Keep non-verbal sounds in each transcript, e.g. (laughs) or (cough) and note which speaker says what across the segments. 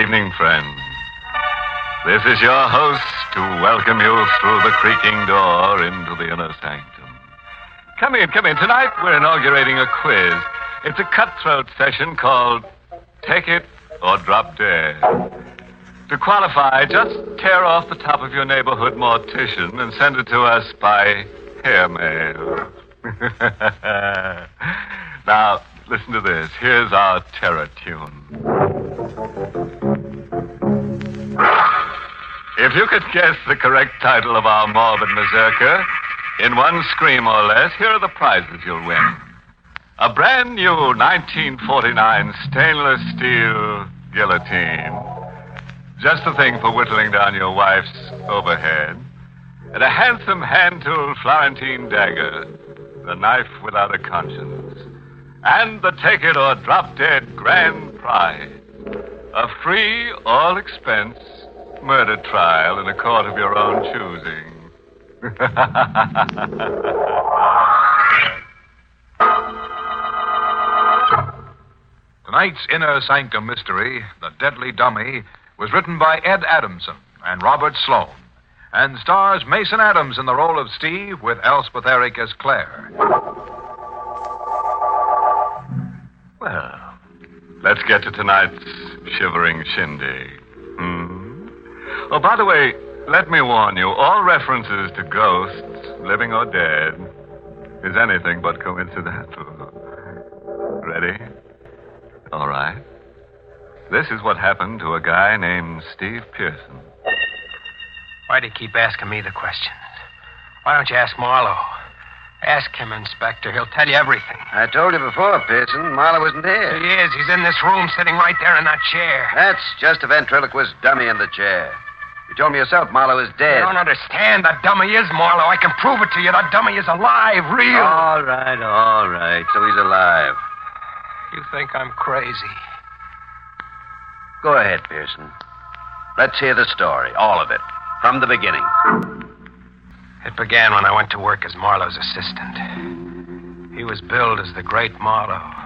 Speaker 1: evening, friend. This is your host to welcome you through the creaking door into the inner sanctum. Come in, come in. Tonight we're inaugurating a quiz. It's a cutthroat session called Take It or Drop Dead. To qualify, just tear off the top of your neighborhood mortician and send it to us by hairmail. (laughs) now, listen to this. Here's our terror tune. If you could guess the correct title of our morbid mazurka, in one scream or less, here are the prizes you'll win. A brand new 1949 stainless steel guillotine. Just the thing for whittling down your wife's overhead. And a handsome hand tooled Florentine dagger. The knife without a conscience. And the take it or drop dead grand prize. A free, all expense murder trial in a court of your own choosing.
Speaker 2: Tonight's Inner Sanctum Mystery, The Deadly Dummy, was written by Ed Adamson and Robert Sloan and stars Mason Adams in the role of Steve with Elspeth Eric as Claire.
Speaker 1: Well, let's get to tonight's shivering shindig. Hmm? Oh, by the way, let me warn you all references to ghosts, living or dead, is anything but coincidental. Ready? All right. This is what happened to a guy named Steve Pearson.
Speaker 3: Why do you keep asking me the questions? Why don't you ask Marlowe? Ask him, Inspector. He'll tell you everything.
Speaker 4: I told you before, Pearson, Marlowe isn't
Speaker 3: He
Speaker 4: here.
Speaker 3: is. He's in this room, sitting right there in that chair.
Speaker 4: That's just a ventriloquist dummy in the chair. You told me yourself Marlowe is
Speaker 3: You
Speaker 4: dead.
Speaker 3: don't understand. That dummy is Marlowe. I can prove it to you. That dummy is alive, real.
Speaker 4: All right, all right. So he's alive.
Speaker 3: You think I'm crazy?
Speaker 4: Go ahead, Pearson. Let's hear the story, all of it, from the beginning.
Speaker 3: It began when I went to work as Marlowe's assistant. He was billed as the great Marlowe. (laughs)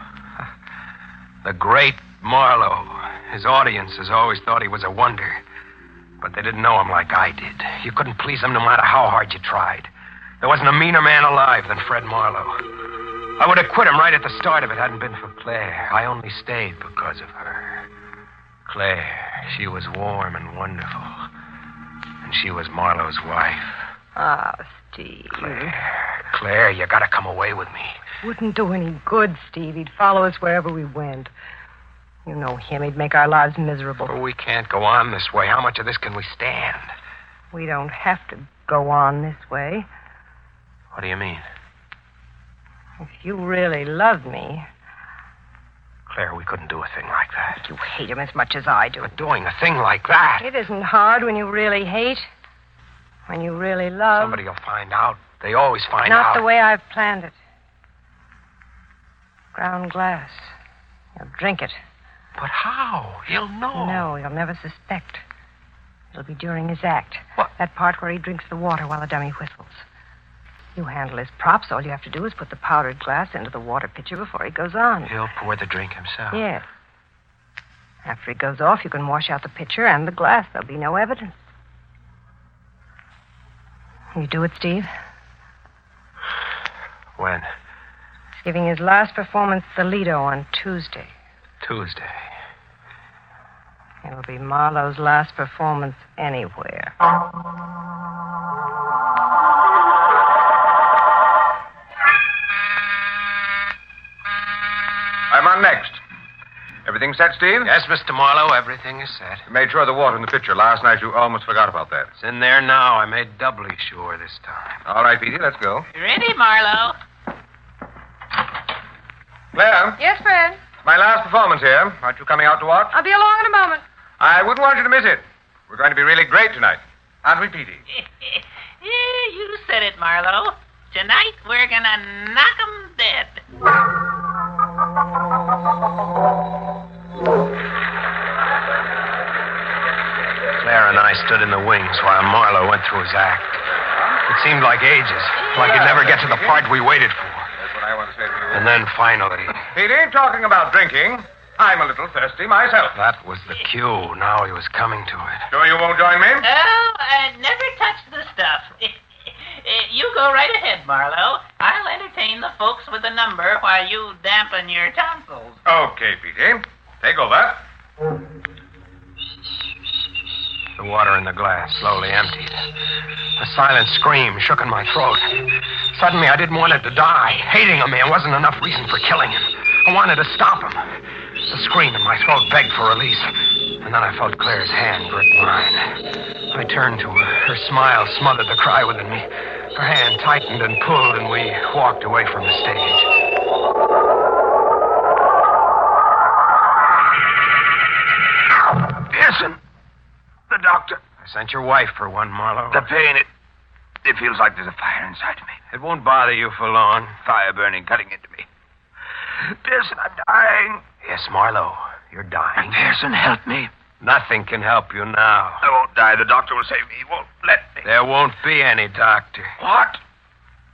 Speaker 3: The great Marlowe. His audiences always thought he was a wonder, but they didn't know him like I did. You couldn't please him no matter how hard you tried. There wasn't a meaner man alive than Fred Marlowe. I would have quit him right at the start if it hadn't been for Claire. I only stayed because of her. Claire, she was warm and wonderful. And she was Marlowe's wife.
Speaker 5: Ah, Steve.
Speaker 3: Claire, Claire, you gotta come away with me.
Speaker 5: Wouldn't do any good, Steve. He'd follow us wherever we went. You know him. He'd make our lives miserable.
Speaker 3: But we can't go on this way. How much of this can we stand?
Speaker 5: We don't have to go on this way.
Speaker 3: What do you mean?
Speaker 5: If you really love me,
Speaker 3: Claire, we couldn't do a thing like that.
Speaker 5: you hate him as much as I do.
Speaker 3: But doing a thing like that,
Speaker 5: It isn't hard when you really hate, when you really love.
Speaker 3: somebody will find out. They always find
Speaker 5: um, Not
Speaker 3: out.
Speaker 5: the way I've planned it. Ground glass. You'll drink it.
Speaker 3: But how? He'll know.
Speaker 5: No, he'll never suspect. It'll be during his act.
Speaker 3: What?
Speaker 5: That part where he drinks the water while the dummy whistles. You handle his props. All you have to do is put the powdered glass into the water pitcher before he goes on.
Speaker 3: He'll pour the drink himself.
Speaker 5: Yes. After he goes off, you can wash out the pitcher and the glass. There'll be no evidence. You do it, Steve?
Speaker 3: When?
Speaker 5: He's giving his last performance at the Lido on Tuesday.
Speaker 3: Tuesday.
Speaker 5: It'll be Marlowe's last performance anywhere.
Speaker 2: I'm on next. Everything set, Steve?
Speaker 3: Yes, Mr. Marlowe, everything is set.
Speaker 2: You made sure of the water in the pitcher last night. You almost forgot about that.
Speaker 3: It's in there now. I made doubly sure this time.
Speaker 2: All right, Petey, let's go.
Speaker 6: Ready, Marlowe?
Speaker 2: Claire,
Speaker 5: Yes, Fred.
Speaker 2: my last performance here. Aren't you coming out to watch?
Speaker 5: I'll be along in a moment.
Speaker 2: I wouldn't want you to miss it. We're going to be really great tonight. Aren't we, Petey?
Speaker 6: yeah, (laughs) you said it, Marlowe. Tonight we're gonna knock 'em dead.
Speaker 3: Claire and I stood in the wings while Marlowe went through his act. It seemed like ages, like he'd never get to the part we waited for.
Speaker 2: That's what I want to say to you.
Speaker 3: And then finally,
Speaker 2: Petey, talking about drinking,
Speaker 7: I'm a little thirsty myself.
Speaker 3: That was the cue. Now he was coming to it.
Speaker 7: Sure you won't join me?
Speaker 6: Oh, I never touch the stuff. (laughs) Eh, you go right ahead, Marlowe. I'll entertain the folks with a number while you dampen your tonsils. (laughs)
Speaker 7: Okay, P.T. Take over.
Speaker 3: The water in the glass slowly emptied. A silent scream shook in my throat. Suddenly, I didn't want him to die. Hating him there wasn't enough reason for killing him. I wanted to stop him. The scream in my throat begged for release. And then I felt Claire's hand grip mine. I turned to her. Her smile smothered the cry within me. Her hand tightened and pulled, and we walked away from the stage.
Speaker 8: Pearson, the doctor,
Speaker 3: I sent your wife for one, Marlowe.
Speaker 8: the pain, it, it feels like there's a fire inside of me.
Speaker 3: It won't bother you for long.
Speaker 8: Fire burning, cutting into me. Pearson, I'm dying.
Speaker 3: Yes, Marlowe, you're dying. (laughs)
Speaker 8: Pearson, help me.
Speaker 3: Nothing can help you now.
Speaker 8: I won't die. The doctor will save me. He won't let me.
Speaker 3: There won't be any doctor.
Speaker 8: What?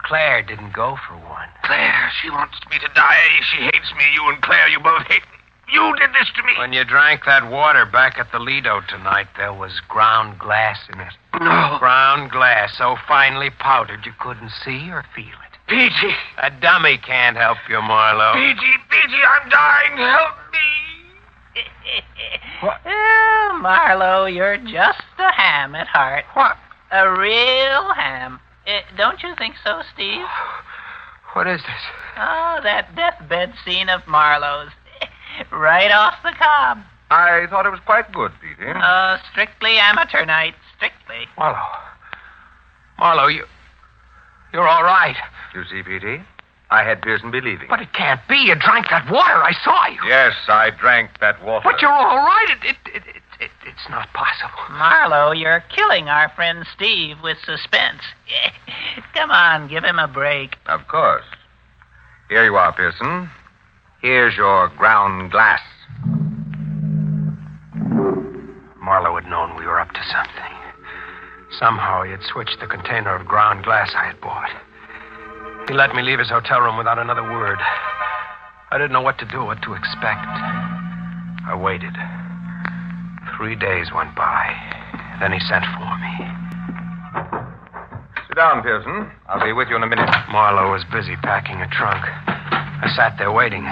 Speaker 3: Claire didn't go for one.
Speaker 8: Claire, she wants me to die. She hates me. You and Claire, you both hate me. You did this to me.
Speaker 3: When you drank that water back at the Lido tonight, there was ground glass in (clears throat) it.
Speaker 8: No.
Speaker 3: Ground glass so finely powdered you couldn't see or feel it.
Speaker 8: Peachy.
Speaker 3: A dummy can't help you, Marlowe.
Speaker 8: Peachy, Peachy, I'm dying. Help me.
Speaker 6: oh, Marlowe, you're just a ham at heart.
Speaker 3: What?
Speaker 6: A real ham. Eh, don't you think so, Steve?
Speaker 3: What is this?
Speaker 6: Oh, that deathbed scene of Marlowe's. (laughs) right off the cob.
Speaker 2: I thought it was quite good, P.T.
Speaker 6: Oh, strictly amateur night. Strictly.
Speaker 3: Marlowe. Marlowe, you. You're all right.
Speaker 2: You see, P.T., I had Pearson believing.
Speaker 3: But it can't be. You drank that water. I saw you.
Speaker 2: Yes, I drank that water.
Speaker 3: But you're all right. It, it, it, it, it, it's not possible.
Speaker 6: Marlowe, you're killing our friend Steve with suspense. (laughs) Come on, give him a break.
Speaker 2: Of course. Here you are, Pearson. Here's your ground glass.
Speaker 3: Marlowe had known we were up to something. Somehow he had switched the container of ground glass I had bought. He let me leave his hotel room without another word. I didn't know what to do, what to expect. I waited. Three days went by. Then he sent for me.
Speaker 2: Sit down, Pearson. I'll be with you in a minute.
Speaker 3: Marlowe was busy packing a trunk. I sat there waiting.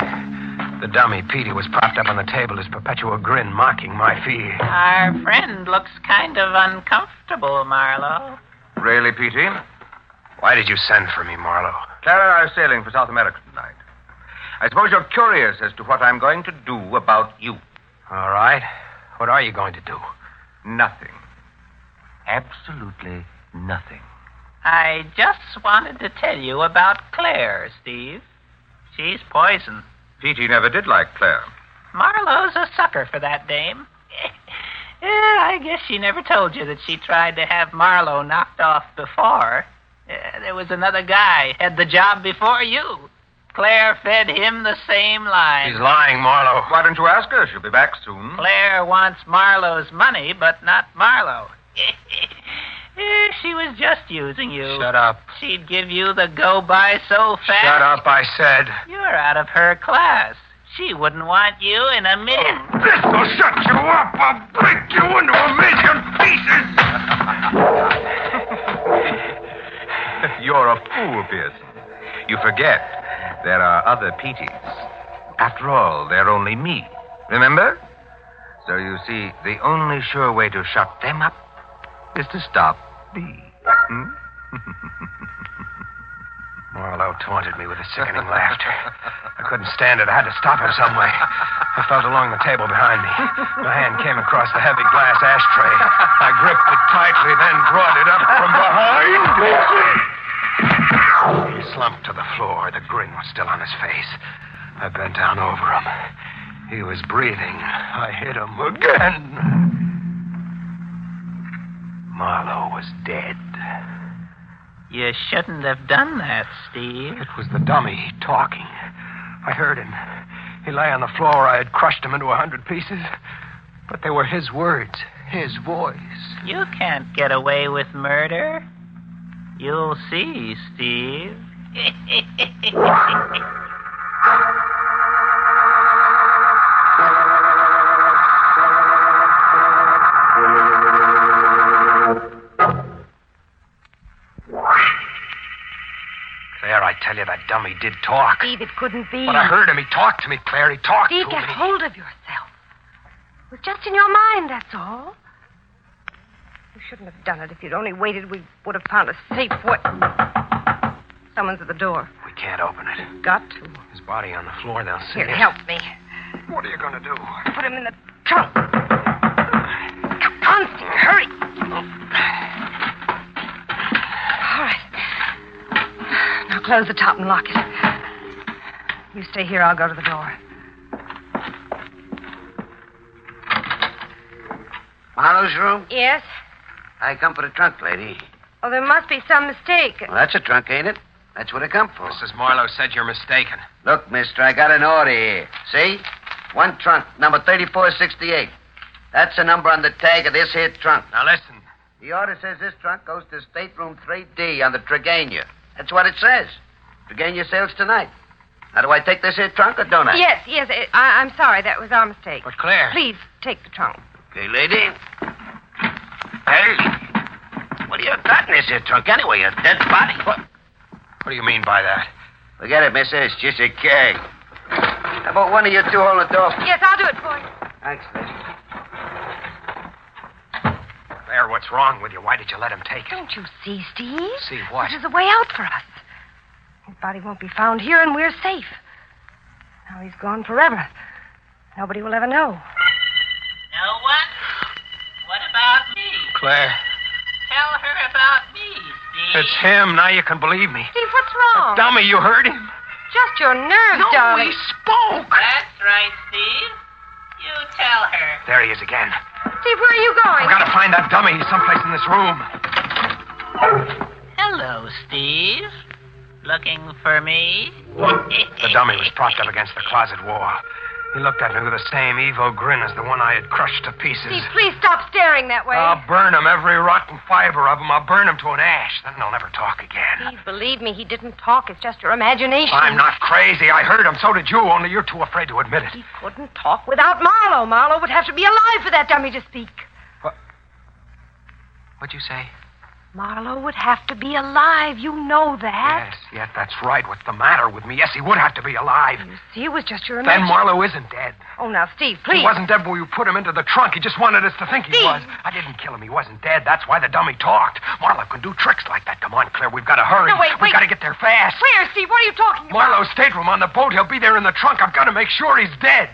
Speaker 3: The dummy, Petey, was propped up on the table, his perpetual grin mocking my fear.
Speaker 6: Our friend looks kind of uncomfortable, Marlowe.
Speaker 2: Really, P.T.?
Speaker 3: Why did you send for me, Marlowe?
Speaker 2: Clara and I are sailing for South America tonight. I suppose you're curious as to what I'm going to do about you.
Speaker 3: All right. What are you going to do?
Speaker 2: Nothing. Absolutely nothing.
Speaker 6: I just wanted to tell you about Claire, Steve. She's poison.
Speaker 2: P.T. never did like Claire.
Speaker 6: Marlowe's a sucker for that dame. (laughs) yeah, I guess she never told you that she tried to have Marlowe knocked off before. Yeah, there was another guy, had the job before you. Claire fed him the same line.
Speaker 3: He's lying, Marlowe.
Speaker 2: Why don't you ask her? She'll be back soon.
Speaker 6: Claire wants Marlowe's money, but not Marlowe. (laughs) Eh, she was just using you.
Speaker 3: Shut up.
Speaker 6: She'd give you the go by so fast.
Speaker 3: Shut up, I said.
Speaker 6: You're out of her class. She wouldn't want you in a
Speaker 3: Oh.
Speaker 6: minute.
Speaker 8: This'll shut you up. I'll break you into a million
Speaker 2: (laughs)
Speaker 8: pieces.
Speaker 2: You're a fool, Pearson. You forget there are other P.T.s. After all, they're only me. Remember? So you see, the only sure way to shut them up is to stop me. Hmm?
Speaker 3: Marlowe taunted me with a sickening laughter. I couldn't stand it. I had to stop him some way. I felt along the table behind me. My hand came across the heavy glass ashtray. I gripped it tightly, then brought it up from behind. He slumped to the floor. The grin was still on his face. I bent down over him. He was breathing. I hit him again. Marlowe was dead.
Speaker 6: You shouldn't have done that, Steve.
Speaker 3: It was the dummy talking. I heard him. He lay on the floor. I had crushed him into a hundred pieces. But they were his words, his voice.
Speaker 6: You can't get away with murder. You'll see, Steve.
Speaker 3: I Claire, I tell you, that dummy did talk.
Speaker 5: Steve, it couldn't be.
Speaker 3: But I heard him. He talked to me, Claire. He talked
Speaker 5: Steve,
Speaker 3: to
Speaker 5: get
Speaker 3: me.
Speaker 5: hold of yourself. It was just in your mind, that's all. You shouldn't have done it. If you'd only waited, we would have found a safe way. Someone's at the door.
Speaker 3: We can't open it.
Speaker 5: Got to.
Speaker 3: His body on the floor now, see
Speaker 5: Here,
Speaker 3: it.
Speaker 5: help me.
Speaker 3: What are you going to do?
Speaker 5: Put him in the trunk. Constance, hurry. All right. Now close the top and lock it. You stay here. I'll go to the door.
Speaker 4: Marlowe's room?
Speaker 5: Yes?
Speaker 4: I come for the trunk, lady.
Speaker 5: Oh, there must be some mistake.
Speaker 4: Well, that's a trunk, ain't it? That's what I come for.
Speaker 3: Mrs. Marlowe said you're mistaken.
Speaker 4: Look, mister, I got an order here. See? One trunk, number 3468. That's the number on the tag of this here trunk.
Speaker 3: Now listen.
Speaker 4: The order says this trunk goes to stateroom 3D on the Tregania. That's what it says. Tregania sails tonight. Now, do I take this here trunk or don't I?
Speaker 5: Yes, yes. eh, I, I'm sorry. That was our mistake.
Speaker 3: But Claire.
Speaker 5: Please take the trunk.
Speaker 4: Okay, lady. Hey, what do you got in this here trunk anyway? A dead body? What?
Speaker 3: What do you mean by that?
Speaker 4: Forget it, mister. It's just a keg. How about one of you two holding the door?
Speaker 5: Yes, I'll do it for you.
Speaker 4: Thanks, lady.
Speaker 3: Claire, what's wrong with you? Why did you let him take it?
Speaker 5: Don't you see, Steve?
Speaker 3: See what?
Speaker 5: This is a way out for us. His body won't be found here, and we're safe. Now he's gone forever. Nobody will ever know.
Speaker 6: No one? What about me?
Speaker 3: Claire,
Speaker 6: Tell her about me, Steve.
Speaker 3: it's him. Now you can believe me.
Speaker 5: Steve, what's wrong?
Speaker 3: Dummy, you heard him?
Speaker 5: Just your nerves,
Speaker 3: no,
Speaker 5: darling.
Speaker 3: he spoke.
Speaker 6: That's right, Steve. You tell her.
Speaker 3: There he is again.
Speaker 5: Steve, where are you going?
Speaker 3: I've got to find that dummy. He's someplace in this room.
Speaker 6: Hello, Steve. Looking for me?
Speaker 3: The dummy was propped up against the closet wall. He looked at me with the same evil grin as the one I had crushed to pieces.
Speaker 5: Steve, please stop staring that way.
Speaker 3: I'll burn him, every rotten fiber of him. I'll burn him to an ash. Then they'll never talk again.
Speaker 5: Steve, believe me, he didn't talk. It's just your imagination.
Speaker 3: I'm not crazy. I heard him. So did you, only you're too afraid to admit it.
Speaker 5: He couldn't talk without Marlowe. Marlowe would have to be alive for that dummy to speak.
Speaker 3: What'd you say?
Speaker 5: Marlowe would have to be alive. You know that.
Speaker 3: Yes, yes, that's right. What's the matter with me? Yes, he would have to be alive.
Speaker 5: You see, it was just your
Speaker 3: Then
Speaker 5: imagination.
Speaker 3: Marlowe isn't dead.
Speaker 5: Oh, now, Steve, please.
Speaker 3: He wasn't dead when you put him into the trunk. He just wanted us to think he
Speaker 5: Steve!
Speaker 3: was. I didn't kill him. He wasn't dead. That's why the dummy talked. Marlowe can do tricks like that. Come on, Claire. We've got to hurry.
Speaker 5: No, wait,
Speaker 3: We've got
Speaker 5: wait.
Speaker 3: to get there fast.
Speaker 5: Claire, Steve, what are you talking about?
Speaker 3: Marlowe's stateroom on the boat. He'll be there in the trunk. I've got to make sure he's dead.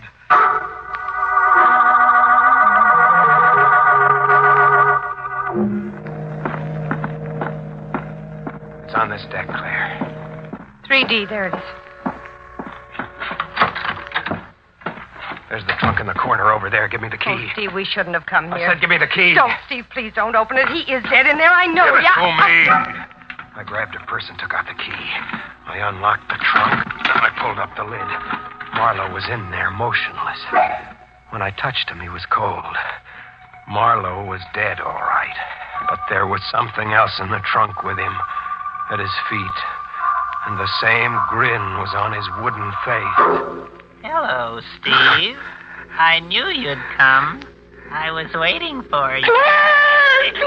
Speaker 3: It's on this deck, Claire.
Speaker 5: 3D, there it is.
Speaker 3: There's the trunk in the corner over there. Give me the key.
Speaker 5: Oh, Steve, we shouldn't have come
Speaker 3: I
Speaker 5: here.
Speaker 3: said, give me the key.
Speaker 5: Don't, Steve, please don't open it. He is dead in there. I know.
Speaker 3: Give it
Speaker 5: yeah.
Speaker 3: to me. I grabbed a purse and took out the key. I unlocked the trunk and I pulled up the lid. Marlowe was in there, motionless. When I touched him, he was cold. Marlowe was dead, all right. But there was something else in the trunk with him, at his feet. And the same grin was on his wooden face.
Speaker 6: Hello, Steve. I knew you'd come. I was waiting for you.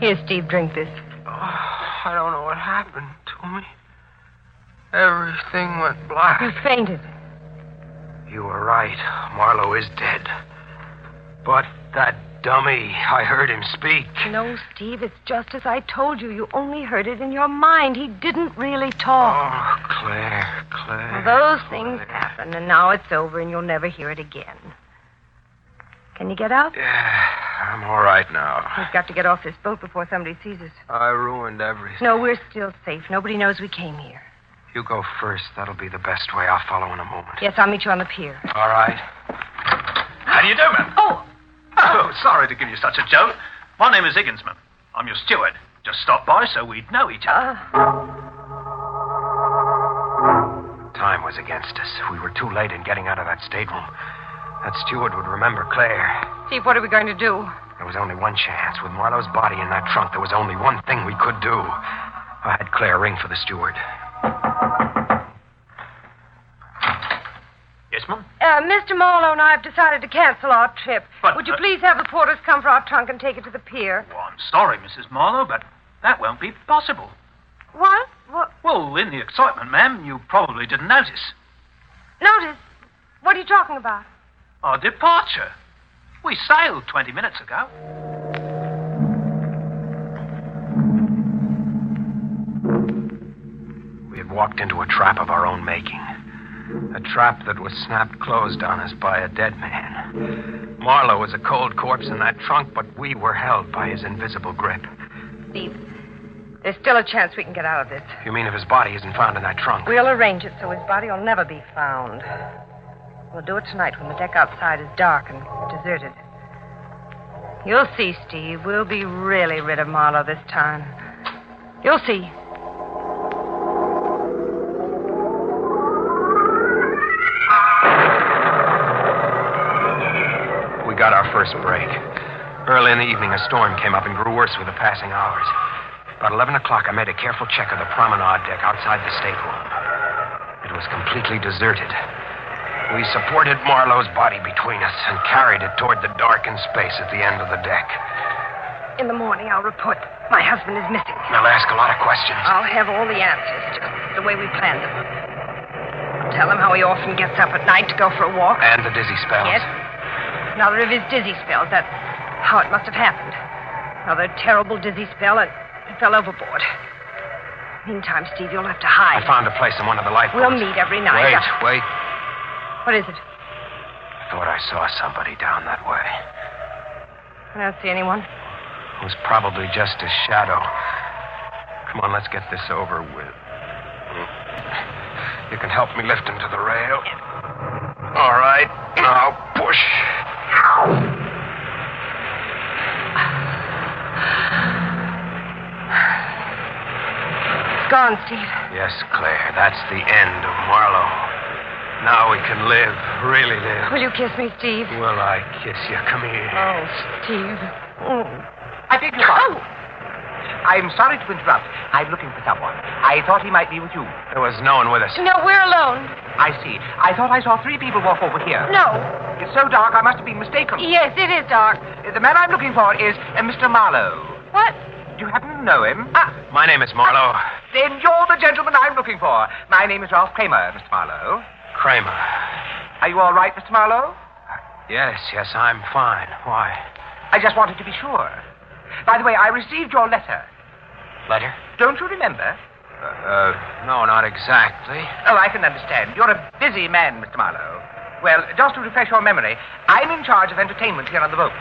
Speaker 5: Here, Steve, drink this.
Speaker 3: Oh, I don't know what happened to me. Everything went black.
Speaker 5: You fainted.
Speaker 3: You were right. Marlowe is dead. But that dummy, I heard him speak.
Speaker 5: No, Steve, it's just as I told you. You only heard it in your mind. He didn't really talk.
Speaker 3: Oh, Claire, Claire.
Speaker 5: Well, those things happen, and now it's over, and you'll never hear it again. Can you get out?
Speaker 3: Yeah, I'm all right now.
Speaker 5: We've got to get off this boat before somebody sees us.
Speaker 3: I ruined everything.
Speaker 5: No, we're still safe. Nobody knows we came here.
Speaker 3: You go first. That'll be the best way. I'll follow in a moment.
Speaker 5: Yes, I'll meet you on the pier.
Speaker 3: All right.
Speaker 7: How do you do, ma'am?
Speaker 5: Oh,
Speaker 7: Oh, sorry to give you such a jolt. My name is Higginsman. I'm your steward. Just stop by so we'd know each other.
Speaker 3: Time was against us. We were too late in getting out of that stateroom. That steward would remember Claire.
Speaker 5: Steve, what are we going to do?
Speaker 3: There was only one chance. With Marlowe's body in that trunk, there was only one thing we could do. I had Claire ring for the steward.
Speaker 7: Yes, ma'am?
Speaker 5: Uh, Mr. Marlowe and I have decided to cancel our trip.
Speaker 7: But,
Speaker 5: Would you
Speaker 7: uh,
Speaker 5: please have the porters come for our trunk and take it to the pier?
Speaker 7: Well, I'm sorry, Mrs. Marlowe, but that won't be possible.
Speaker 5: What? What?
Speaker 7: Well, in the excitement, ma'am, you probably didn't notice.
Speaker 5: Notice. What are you talking about?
Speaker 7: Our departure. We sailed 20 minutes ago.
Speaker 3: We had walked into a trap of our own making. A trap that was snapped closed on us by a dead man. Marlowe was a cold corpse in that trunk, but we were held by his invisible grip.
Speaker 5: Steve, there's still a chance we can get out of this.
Speaker 3: You mean if his body isn't found in that trunk?
Speaker 5: We'll arrange it so his body will never be found. We'll do it tonight when the deck outside is dark and deserted. You'll see, Steve. We'll be really rid of Marlowe this time. You'll see.
Speaker 3: We got our first break. Early in the evening, a storm came up and grew worse with the passing hours. About 11 o'clock, I made a careful check of the promenade deck outside the stateroom. It was completely deserted. We supported Marlowe's body between us and carried it toward the darkened space at the end of the deck.
Speaker 5: In the morning, I'll report my husband is missing.
Speaker 3: I'll ask a lot of questions.
Speaker 5: I'll have all the answers, just the way we planned them. Tell him how he often gets up at night to go for a walk.
Speaker 3: And the dizzy spells.
Speaker 5: Yes. Another of his dizzy spells. That's how it must have happened. Another terrible dizzy spell, and he fell overboard. Meantime, Steve, you'll have to
Speaker 3: I
Speaker 5: hide.
Speaker 3: found a place in one of the lifeboats.
Speaker 5: We'll meet every night.
Speaker 3: Wait, wait.
Speaker 5: What is it?
Speaker 3: I thought I saw somebody down that way.
Speaker 5: I don't see anyone.
Speaker 3: It was probably just a shadow. Come on, let's get this over with. Hmm? You can help me lift him to the rail. All right. Now push.
Speaker 5: It's gone, Steve.
Speaker 3: Yes, Claire, that's the end of Marlowe. Now we can live, really live.
Speaker 5: Will you kiss me, Steve?
Speaker 3: Will I kiss you? Come here.
Speaker 5: Oh, Steve. Mm.
Speaker 9: I beg your pardon. I'm sorry to interrupt. I'm looking for someone. I thought he might be with you.
Speaker 3: There was no one with us.
Speaker 5: No, we're alone.
Speaker 9: I see. I thought I saw three people walk over here.
Speaker 5: No.
Speaker 9: It's so dark, I must have been mistaken.
Speaker 5: Yes, it is dark.
Speaker 9: The man I'm looking for is uh, Mr. Marlowe.
Speaker 5: What? Uh,
Speaker 9: Do you happen to know him? Ah,
Speaker 3: Ah. My name is Marlowe.
Speaker 9: Then you're the gentleman I'm looking for. My name is Ralph Kramer, Mr. Marlowe.
Speaker 3: Kramer. Uh,
Speaker 9: Are you all right, Mr. Marlowe?
Speaker 3: Yes, yes, I'm fine. Why?
Speaker 9: I just wanted to be sure. By the way, I received your letter.
Speaker 3: Letter?
Speaker 9: Don't you remember?
Speaker 3: Uh, uh, no, not exactly.
Speaker 9: Oh, I can understand. You're a busy man, Mr. Marlowe. Well, just to refresh your memory, I'm in charge of entertainment here on the boat.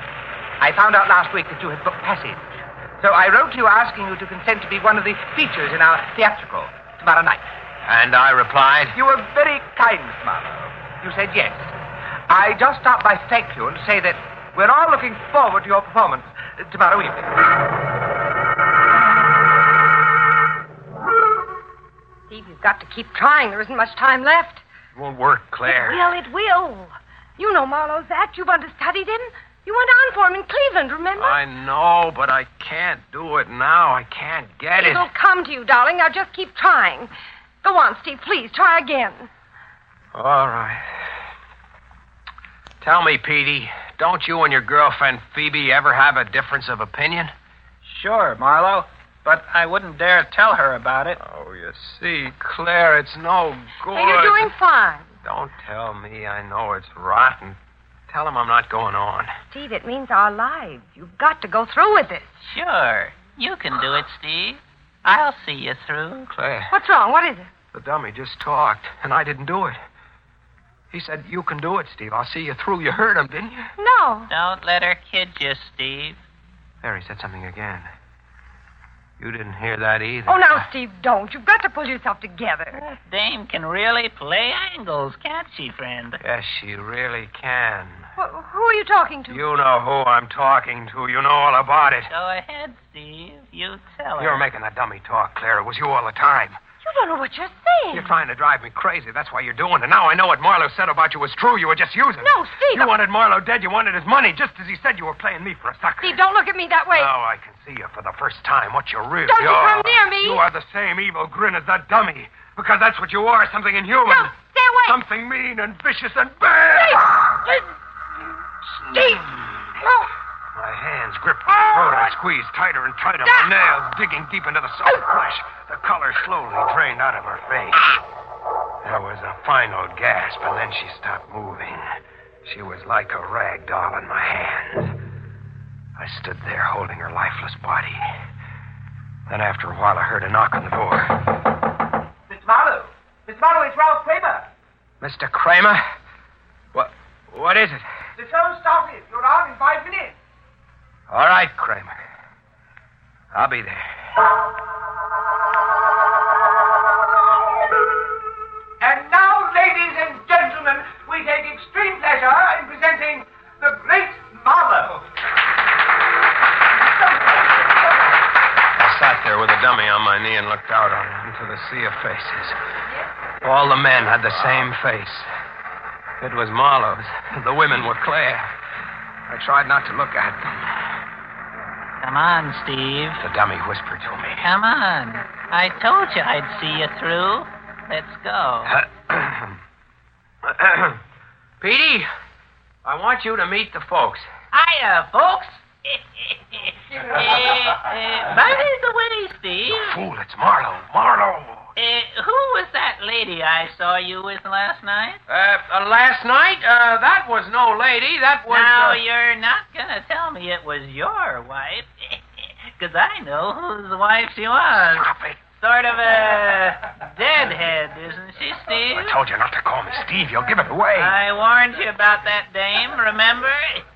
Speaker 9: I found out last week that you had booked passage. So I wrote to you asking you to consent to be one of the features in our theatrical tomorrow night.
Speaker 3: And I replied,
Speaker 9: You were very kind, Mr. Marlowe. You said yes. I just stopped by to thank you and to say that we're all looking forward to your performance uh, tomorrow evening.
Speaker 5: Steve, you've got to keep trying. There isn't much time left.
Speaker 3: It won't work, Claire.
Speaker 5: Well, it will. You know Marlowe's act. You've understudied him. You went on for him in Cleveland, remember?
Speaker 3: I know, but I can't do it now. I can't get it.
Speaker 5: It'll come to you, darling. Now just keep trying. Go on, Steve. Please try again.
Speaker 3: All right. Tell me, Petey, don't you and your girlfriend Phoebe ever have a difference of opinion?
Speaker 6: Sure, Marlowe, but I wouldn't dare tell her about it.
Speaker 3: Oh, you see, Claire, it's no good.
Speaker 5: Hey, You're doing fine.
Speaker 3: Don't tell me. I know it's rotten. Tell him I'm not going on.
Speaker 5: Steve, it means our lives. You've got to go through with this.
Speaker 6: Sure, you can do it, Steve. I'll see you through.
Speaker 3: Claire,
Speaker 5: What's wrong? What is it?
Speaker 3: the dummy just talked, and I didn't do it. He said, You can do it, Steve. I'll see you through. You heard him, didn't you?
Speaker 5: No.
Speaker 6: Don't let her kid you, Steve.
Speaker 3: There, he said something again. You didn't hear that either.
Speaker 5: Oh, now, Steve, don't. You've got to pull yourself together.
Speaker 6: That dame can really play angles, can't she, friend?
Speaker 3: Yes, you really can.
Speaker 5: Wh- who are you talking to?
Speaker 3: You know who I'm talking to. You know all about it.
Speaker 6: Go ahead, Steve. You tell her.
Speaker 3: You're making that dummy talk, Claire. It was you all the time.
Speaker 5: You don't know what you're saying.
Speaker 3: You're trying to drive me crazy. That's why you're doing it. Now I know what Marlowe said about you was true. You were just using
Speaker 5: No,
Speaker 3: it.
Speaker 5: Steve,
Speaker 3: You
Speaker 5: I-
Speaker 3: wanted Marlowe dead. You wanted his money, just as he said you were playing me for a sucker.
Speaker 5: Steve, don't look at me that way.
Speaker 3: Now I can see you for the first time. What you really
Speaker 5: Don't you
Speaker 3: are.
Speaker 5: come near me.
Speaker 3: You are the same evil grin as that dummy. Because that's what you are, something inhuman.
Speaker 5: Don't step away.
Speaker 8: Something mean and vicious and bad.
Speaker 5: Steve! Steve! Oh,
Speaker 3: My hands gripped my throat. I squeezed tighter and tighter, my nails digging deep into the soft flesh. The color slowly drained out of her face. There was a final gasp, and then she stopped moving. She was like a rag doll in my hands. I stood there holding her lifeless body. Then, after a while, I heard a knock on the door.
Speaker 9: Miss Marlowe. Miss Marlowe, it's Ralph Kramer.
Speaker 3: Mr. Kramer? What, what is it?
Speaker 9: The show started. You're on in five minutes.
Speaker 3: All right, Kramer. I'll be there.
Speaker 9: And now, ladies and gentlemen, we take extreme pleasure in presenting the great Marlowe.
Speaker 3: I sat there with a dummy on my knee and looked out on into the sea of faces. All the men had the same face. It was Marlowe's. The women were Claire. I tried not to look at them.
Speaker 6: Come on, Steve.
Speaker 3: The dummy whispered to me. (clears throat)
Speaker 6: Come on. I told you I'd see you through. Let's go.
Speaker 3: Petey, I want you to meet the folks.
Speaker 6: Hiya, folks. (laughs) Eh, eh, By the way, Steve,
Speaker 3: Fool, it's Marlowe. Marlowe.
Speaker 6: eh, who was that lady I saw you with last night?
Speaker 3: Uh, uh, last night, uh, that was no lady. That was.
Speaker 6: now,
Speaker 3: uh,
Speaker 6: you're not going to tell me it was your wife, (laughs) because I know whose wife she was.
Speaker 3: Stop it.
Speaker 6: Sort of a deadhead, isn't she, Steve?
Speaker 3: I told you not to call me Steve. You'll give it away.
Speaker 6: I warned you about that dame, remember?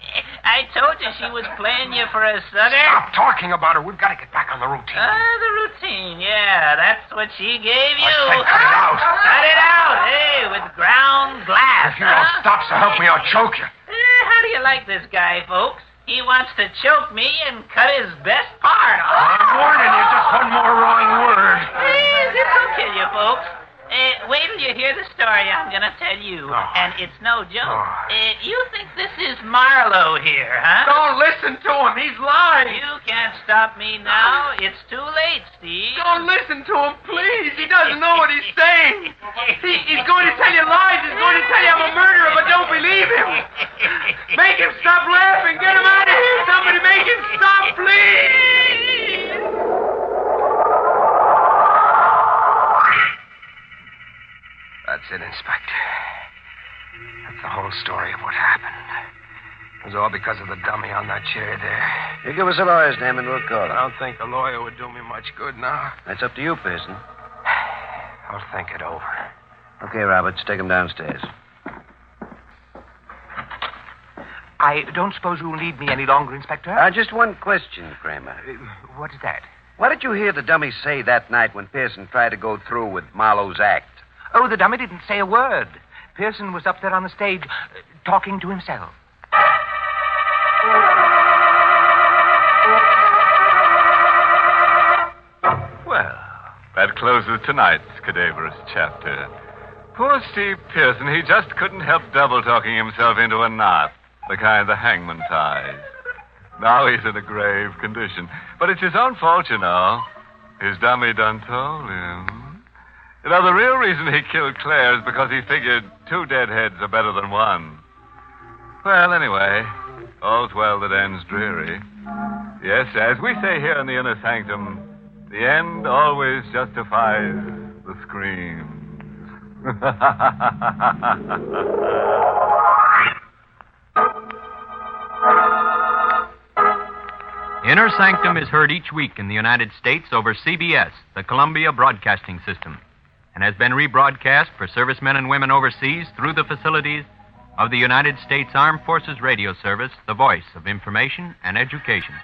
Speaker 6: (laughs) I told you she was playing you for a sucker.
Speaker 3: Stop talking about her. We've got to get back on the routine.
Speaker 6: Ah, the routine, yeah, that's what she gave you.
Speaker 3: said cut it out.
Speaker 6: Cut it out, hey, with ground glass.
Speaker 3: if you don't
Speaker 6: huh?
Speaker 3: stop, so help me, I'll choke you.
Speaker 6: Eh, how do you like this guy, folks? He wants to choke me and cut his best part off.
Speaker 3: I'm warning you. Just one more wrong word.
Speaker 6: Please, it'll kill you, folks. Uh, wait till you hear the story I'm going to tell you.
Speaker 3: Oh.
Speaker 6: And it's no joke.
Speaker 3: Oh.
Speaker 6: Uh, you think this is Marlowe here, huh?
Speaker 3: Don't listen to him. He's lying.
Speaker 6: You can't stop me now. It's too late, Steve.
Speaker 3: Don't listen to him, please. He doesn't know what he's saying. He, he's going to tell you lies. He's going to tell you I'm a murderer, but don't believe him. Make him stop laughing. Get him out of here. Somebody make him stop, please. That's it, Inspector. That's the whole story of what happened. It was all because of the dummy on that chair there.
Speaker 4: You give us a lawyer's name and we'll call
Speaker 3: I
Speaker 4: him.
Speaker 3: don't think a lawyer would do me much good now.
Speaker 4: That's up to you, Pearson.
Speaker 3: I'll think it over.
Speaker 4: Okay, Roberts, take him downstairs.
Speaker 9: I don't suppose you'll need me any longer, Inspector.
Speaker 4: Uh, just one question, Kramer.
Speaker 9: what is that?
Speaker 4: What did you hear the dummy say that night when Pearson tried to go through with Marlowe's act?
Speaker 9: Oh, the dummy didn't say a word. Pearson was up there on the stage uh, talking to himself.
Speaker 1: Well, that closes tonight's cadaverous chapter. Poor Steve Pearson, he just couldn't help double talking himself into a knot, the kind the hangman ties. Now he's in a grave condition. But it's his own fault, you know. His dummy done told him. You know, the real reason he killed Claire is because he figured two deadheads are better than one. Well, anyway, all's well that ends dreary. Yes, as we say here in the inner sanctum, the end always justifies the (laughs) screams.
Speaker 10: Inner Sanctum is heard each week in the United States over CBS, the Columbia Broadcasting System, and has been rebroadcast for servicemen and women overseas through the facilities of the United States Armed Forces Radio Service, the voice of information and education.